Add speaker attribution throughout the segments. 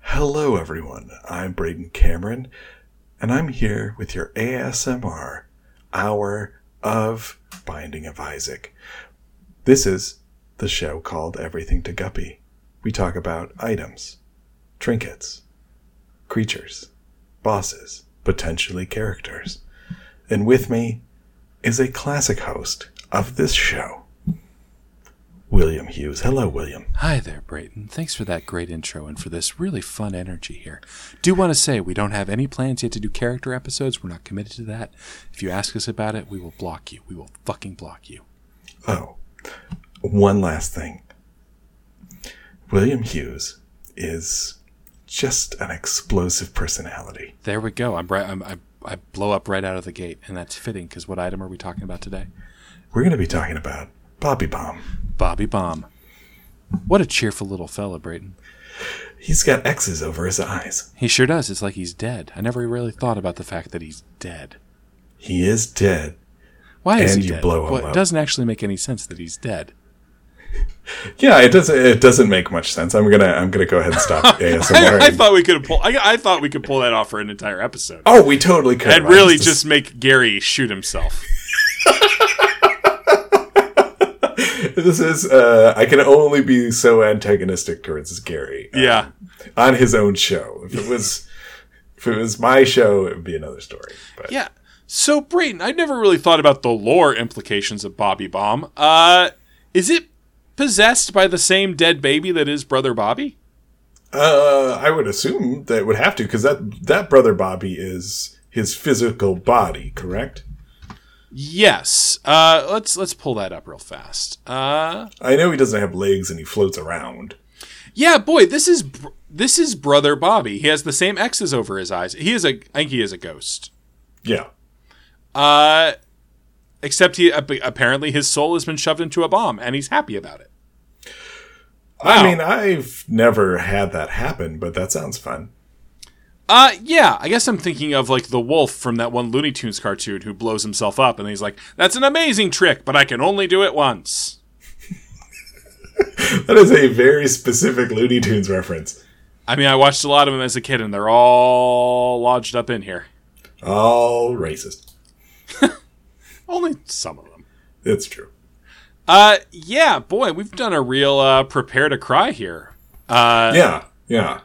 Speaker 1: Hello, everyone. I'm Braden Cameron, and I'm here with your ASMR hour of Binding of Isaac. This is the show called Everything to Guppy. We talk about items, trinkets, creatures, bosses, potentially characters. And with me is a classic host of this show, William Hughes. Hello, William.
Speaker 2: Hi there, Brayton. Thanks for that great intro and for this really fun energy here. Do want to say we don't have any plans yet to do character episodes. We're not committed to that. If you ask us about it, we will block you. We will fucking block you.
Speaker 1: Oh, one last thing. William Hughes is just an explosive personality.
Speaker 2: There we go. I'm right. I'm, I, I blow up right out of the gate, and that's fitting because what item are we talking about today?
Speaker 1: We're going to be talking about Bobby Bomb.
Speaker 2: Bobby Bomb. What a cheerful little fella, Brayton.
Speaker 1: He's got X's over his eyes.
Speaker 2: He sure does. It's like he's dead. I never really thought about the fact that he's dead.
Speaker 1: He is dead.
Speaker 2: Why is
Speaker 1: And
Speaker 2: he
Speaker 1: you
Speaker 2: dead?
Speaker 1: blow him
Speaker 2: well,
Speaker 1: up.
Speaker 2: it doesn't actually make any sense that he's dead.
Speaker 1: Yeah, it doesn't. It doesn't make much sense. I'm gonna. I'm gonna go ahead and stop ASMR.
Speaker 2: I, I thought we could pull. I, I thought we could pull that off for an entire episode.
Speaker 1: oh, we totally could.
Speaker 2: and
Speaker 1: I was
Speaker 2: really just make Gary shoot himself.
Speaker 1: This is. Uh, I can only be so antagonistic towards Gary. uh,
Speaker 2: Yeah.
Speaker 1: on his own show. If it was, if it was my show, it would be another story. But
Speaker 2: Yeah. So Brayton, I never really thought about the lore implications of Bobby Bomb. Uh is it possessed by the same dead baby that is brother Bobby?
Speaker 1: uh, I would assume that it would have to because that that brother Bobby is his physical body, correct?
Speaker 2: Yes. Uh let's let's pull that up real fast. Uh
Speaker 1: I know he doesn't have legs and he floats around.
Speaker 2: Yeah, boy, this is br- this is brother Bobby. He has the same X's over his eyes. He is a I think he is a ghost.
Speaker 1: Yeah.
Speaker 2: Uh except he ap- apparently his soul has been shoved into a bomb and he's happy about it.
Speaker 1: I
Speaker 2: Wow.
Speaker 1: mean, I've never had that happen, but that sounds fun.
Speaker 2: Uh, yeah, I guess I'm thinking of like the wolf from that one Looney Tunes cartoon who blows himself up and he's like, that's an amazing trick, but I can only do it once.
Speaker 1: That is a very specific Looney Tunes reference.
Speaker 2: I mean, I watched a lot of them as a kid and they're all lodged up in here.
Speaker 1: All racist.
Speaker 2: Only some of them.
Speaker 1: It's true.
Speaker 2: Uh, yeah, boy, we've done a real, uh, prepare to cry here. Uh,
Speaker 1: yeah, yeah.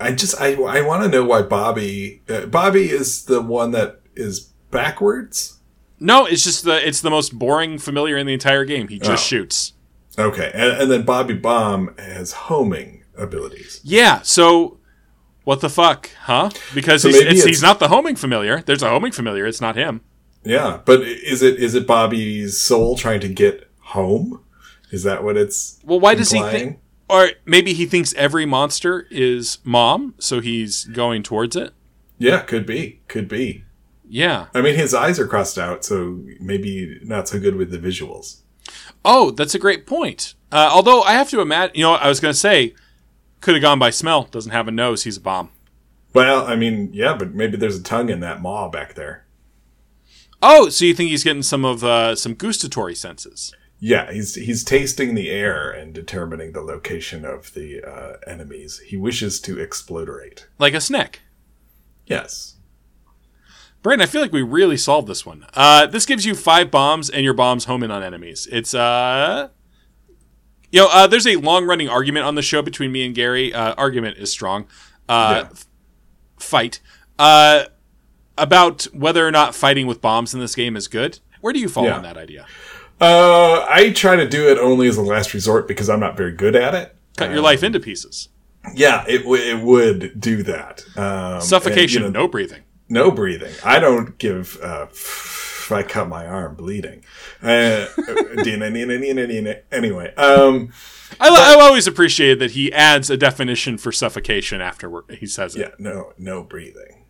Speaker 1: I just I I want to know why Bobby uh, Bobby is the one that is backwards.
Speaker 2: no, it's just the, it's the most boring familiar in the entire game. He just
Speaker 1: Oh.
Speaker 2: shoots.
Speaker 1: Okay, and, and then Bobby Bomb has homing abilities.
Speaker 2: Yeah, so what the fuck, huh? Because
Speaker 1: So
Speaker 2: he's,
Speaker 1: maybe
Speaker 2: it's,
Speaker 1: it's-
Speaker 2: he's not the homing familiar. There's a homing familiar. It's not him.
Speaker 1: Yeah, but i- is it is it Bobby's soul trying to get home? Is that what it's?
Speaker 2: Well, why does he
Speaker 1: implying?
Speaker 2: think? Or maybe he thinks every monster is mom, so he's going towards it.
Speaker 1: Yeah, could be, could be.
Speaker 2: Yeah.
Speaker 1: I mean, his eyes are crossed out, so maybe not so good with the visuals.
Speaker 2: Oh, that's a great point. Uh, although I have to imagine, you know, I was going to say, could have gone by smell. Doesn't have a nose. He's a bomb.
Speaker 1: Well, I mean, yeah, but maybe there's a tongue in that maw back there.
Speaker 2: Oh, so you think he's getting some of uh, some gustatory senses?
Speaker 1: Yeah, he's he's tasting the air and determining the location of the uh, enemies. He wishes to explodorate.
Speaker 2: like a snake.
Speaker 1: Yes.
Speaker 2: Brayden, I feel like we really solved this one. Uh, this gives you five bombs and your bombs home in on enemies. It's uh, you know, uh, there's a long running argument on the show between me and Gary. Uh, argument is strong. Uh,
Speaker 1: Yeah.
Speaker 2: f- Fight uh, about whether or not fighting with bombs in this game is good. Where do you fall
Speaker 1: Yeah.
Speaker 2: on that idea?
Speaker 1: Uh, I try to do it only as a last resort because I'm not very good at it.
Speaker 2: Cut your
Speaker 1: Um,
Speaker 2: life into pieces.
Speaker 1: Yeah, it w- it would do that. Um,
Speaker 2: Suffocation,
Speaker 1: and, you know,
Speaker 2: no breathing.
Speaker 1: no breathing. I don't give. Uh, if I cut my arm, bleeding. Uh, dina, nina, nina, nina. anyway, um,
Speaker 2: I, I've always appreciated that he adds a definition for suffocation after he says it.
Speaker 1: yeah, no, no breathing.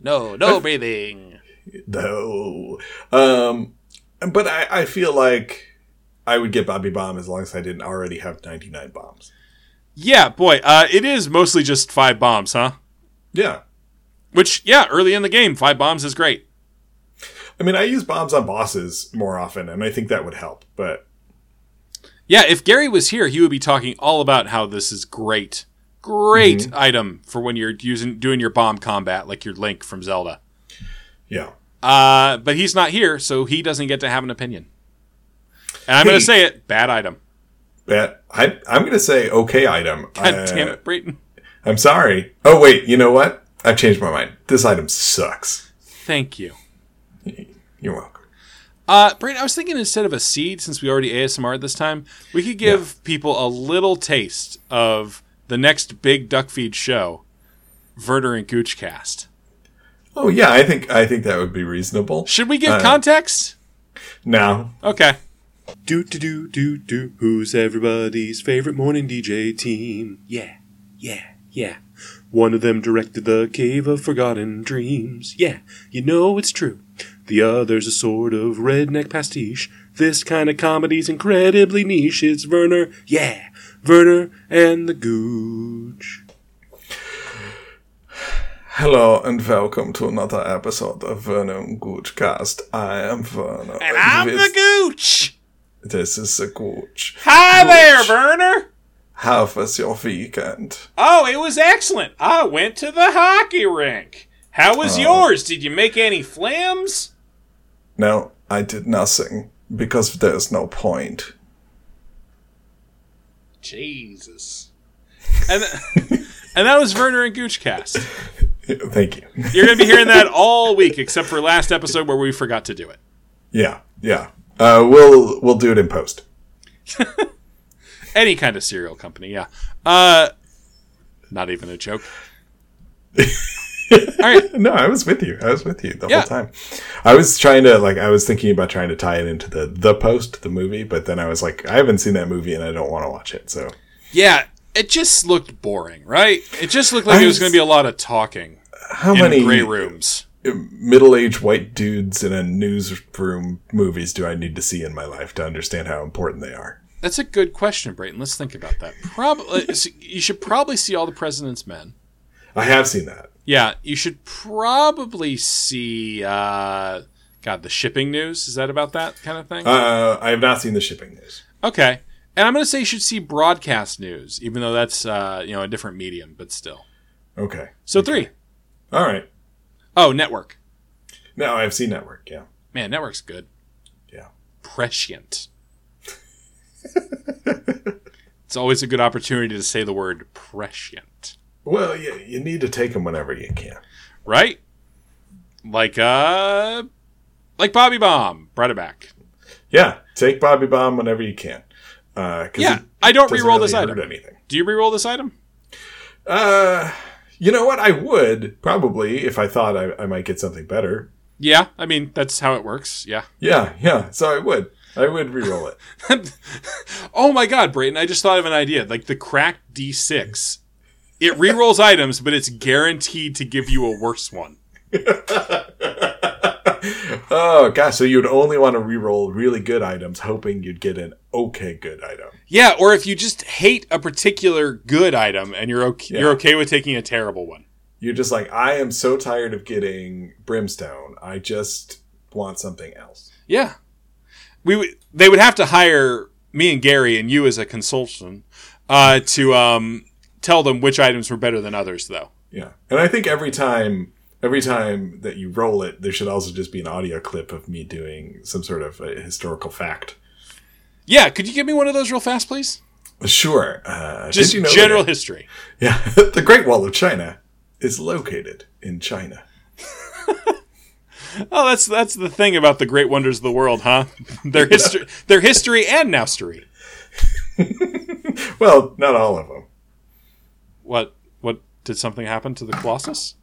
Speaker 2: No, no breathing.
Speaker 1: No. Um, but I, I feel like I would get Bobby Bomb as long as I didn't already have 99 bombs.
Speaker 2: Yeah, boy, uh, it is mostly just five bombs, huh?
Speaker 1: Yeah.
Speaker 2: Which, yeah, early in the game, five bombs is great.
Speaker 1: I mean, I use bombs on bosses more often, and I think that would help. But
Speaker 2: Yeah, if Gary was here, he would be talking all about how this is great, Great
Speaker 1: Mm-hmm.
Speaker 2: item for when you're using doing your bomb combat like your Link from Zelda.
Speaker 1: Yeah.
Speaker 2: Uh, but he's not here, so he doesn't get to have an opinion. And I'm going
Speaker 1: Hey.
Speaker 2: to say it, bad item.
Speaker 1: But I, I'm going to say okay item.
Speaker 2: God
Speaker 1: Uh,
Speaker 2: damn it, Brayton.
Speaker 1: I'm sorry. Oh, wait. You know what? I've changed my mind. This item sucks.
Speaker 2: Thank you.
Speaker 1: You're welcome.
Speaker 2: Uh, Brayton, I was thinking instead of a seed, since we already ASMR this time, we could give people a little taste of the next big duck feed show, Verder and Goochcast.
Speaker 1: Oh yeah, I think I think that would be reasonable.
Speaker 2: Should we give
Speaker 1: Uh,
Speaker 2: context?
Speaker 1: No.
Speaker 2: Okay.
Speaker 3: Do do do do do. Who's everybody's favorite morning DJ team? Yeah, yeah, yeah. One of them directed the Cave of Forgotten Dreams. Yeah, you know it's true. The other's a sort of redneck pastiche. This kind of comedy's incredibly niche. It's Werner, yeah, Werner and the Gooch.
Speaker 1: Hello and welcome to another episode of Werner and Goochcast. I am Werner.
Speaker 2: And I'm the Gooch.
Speaker 1: This is the Gooch.
Speaker 2: Hi there,
Speaker 1: Gooch.
Speaker 2: Verner.
Speaker 1: How was your weekend?
Speaker 2: Oh, it was excellent. I went to the hockey rink. How was
Speaker 3: Oh.
Speaker 2: yours? Did you make any flams?
Speaker 1: No, I did nothing because there's no point.
Speaker 2: Jesus. And, th- and that was Werner and Goochcast.
Speaker 1: Thank you.
Speaker 2: You're going to be hearing that all week, except for last episode where we forgot to do it.
Speaker 1: yeah, yeah. Uh, we'll we'll do it in post.
Speaker 2: Any kind of cereal company, yeah. Uh, not even a joke. all right.
Speaker 1: No, I was with you. I was with you the
Speaker 2: Yeah.
Speaker 1: whole time. I was trying to like I was thinking about trying to tie it into the the post the movie, but then I was like I haven't seen that movie and I don't want to watch it. So
Speaker 2: Yeah, it just looked boring, right? It just looked like it was going to be a lot of talking
Speaker 1: how
Speaker 2: in
Speaker 1: many
Speaker 2: gray rooms.
Speaker 1: middle-aged white dudes in a newsroom movies do I need to see in my life to understand how important they are?
Speaker 2: That's a good question, Brayton. Let's think about that. Probably you should probably see all the President's Men.
Speaker 1: I have seen that.
Speaker 2: Yeah, you should probably see. Uh, God, the shipping news is that about that kind of thing?
Speaker 1: Uh, I have not seen the shipping news.
Speaker 2: okay, and I'm going to say you should see broadcast news, even though that's uh, you know a different medium, but still.
Speaker 1: Okay.
Speaker 2: So three.
Speaker 1: All right.
Speaker 2: Oh, network.
Speaker 1: No, I've seen Network. Yeah.
Speaker 2: Man, network's good.
Speaker 1: Yeah.
Speaker 2: Prescient. it's always a good opportunity to say the word prescient.
Speaker 1: Well, you, you need to take them whenever you can.
Speaker 2: right? Like uh, like Bobby Bomb brought it back.
Speaker 1: Yeah, take Bobby Bomb whenever you can. Uh, 'cause
Speaker 2: Yeah,
Speaker 1: it
Speaker 2: I don't
Speaker 1: doesn't
Speaker 2: re-roll this
Speaker 1: really
Speaker 2: item.
Speaker 1: hurt Anything.
Speaker 2: Do you re-roll this item?
Speaker 1: Uh, you know what? I would probably if I thought I, I might get something better.
Speaker 2: Yeah, I mean that's how it works. Yeah.
Speaker 1: Yeah, yeah. So I would. I would re-roll it.
Speaker 2: Oh my God, Brayton! I just thought of an idea. Like the crack D6, it re-rolls items, but it's guaranteed to give you a worse one.
Speaker 1: oh gosh, so you'd only want to re-roll really good items, hoping you'd get an okay good item.
Speaker 2: Yeah, or if you just hate a particular good item and you're okay, you're okay with taking a terrible one.
Speaker 1: You're just like, I am so tired of getting brimstone. I just want something else.
Speaker 2: Yeah. We would they would have to hire me and Gary and you as a consultant uh, to um, tell them which items were better than others though.
Speaker 1: Yeah, and I think every time, every time that you roll it, there should also just be an audio clip of me doing some sort of a historical fact.
Speaker 2: Yeah, could you give me one of those real fast please?
Speaker 1: Sure. Uh,
Speaker 2: Just
Speaker 1: did you know
Speaker 2: general
Speaker 1: that-
Speaker 2: history.
Speaker 1: yeah, the Great Wall of China is located in China.
Speaker 2: Oh, that's that's the thing about the great wonders of the world, huh? their history their history and nowstery.
Speaker 1: Well, not all of them.
Speaker 2: What what did something happen to the Colossus?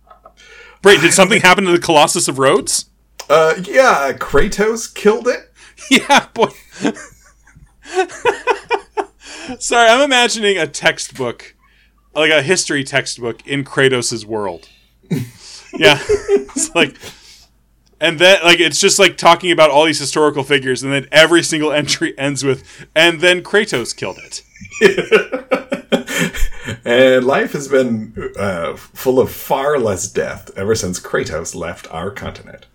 Speaker 2: Wait, did something happen to the Colossus of Rhodes?
Speaker 1: Uh, yeah, Kratos killed it.
Speaker 2: Yeah, boy. Sorry, I'm imagining a textbook, like a history textbook in Kratos' world. Yeah. it's like and then like it's just like talking about all these historical figures and then every single entry ends with and then Kratos killed it.
Speaker 1: and life has been uh, full of far less death ever since Kratos left our continent.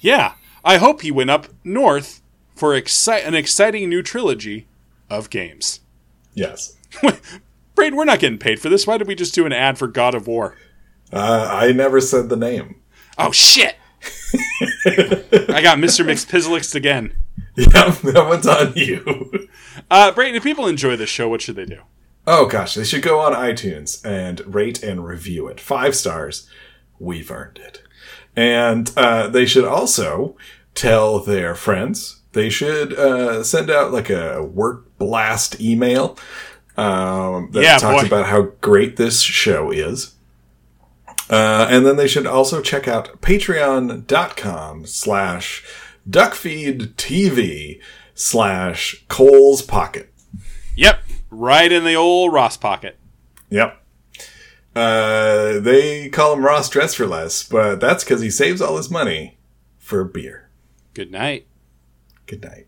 Speaker 2: Yeah. I hope he went up north for exci- an exciting new trilogy of games.
Speaker 1: Yes.
Speaker 2: Braden, we're not getting paid for this. Why did we just do an ad for God of War?
Speaker 1: Uh, I never said the name.
Speaker 2: Oh shit! I got Mr. Mix Pizzlix again.
Speaker 1: Yeah, that one's on you.
Speaker 2: Uh, Brayden, if people enjoy this show, what should they do?
Speaker 1: Oh gosh, they should go on iTunes and rate and review it. Five stars. We've earned it. And uh, they should also tell their friends. They should uh, send out like a work blast email um, that
Speaker 2: Yeah,
Speaker 1: talks
Speaker 2: boy.
Speaker 1: about how great this show is. Uh, and then they should also check out patreon.com slash duckfeedtv slash Cole's Pocket.
Speaker 2: Yep, right in the old Ross pocket.
Speaker 1: Yep. Uh, they call him Ross Dress for Less, but that's because he saves all his money for beer.
Speaker 2: Good night.
Speaker 1: Good night.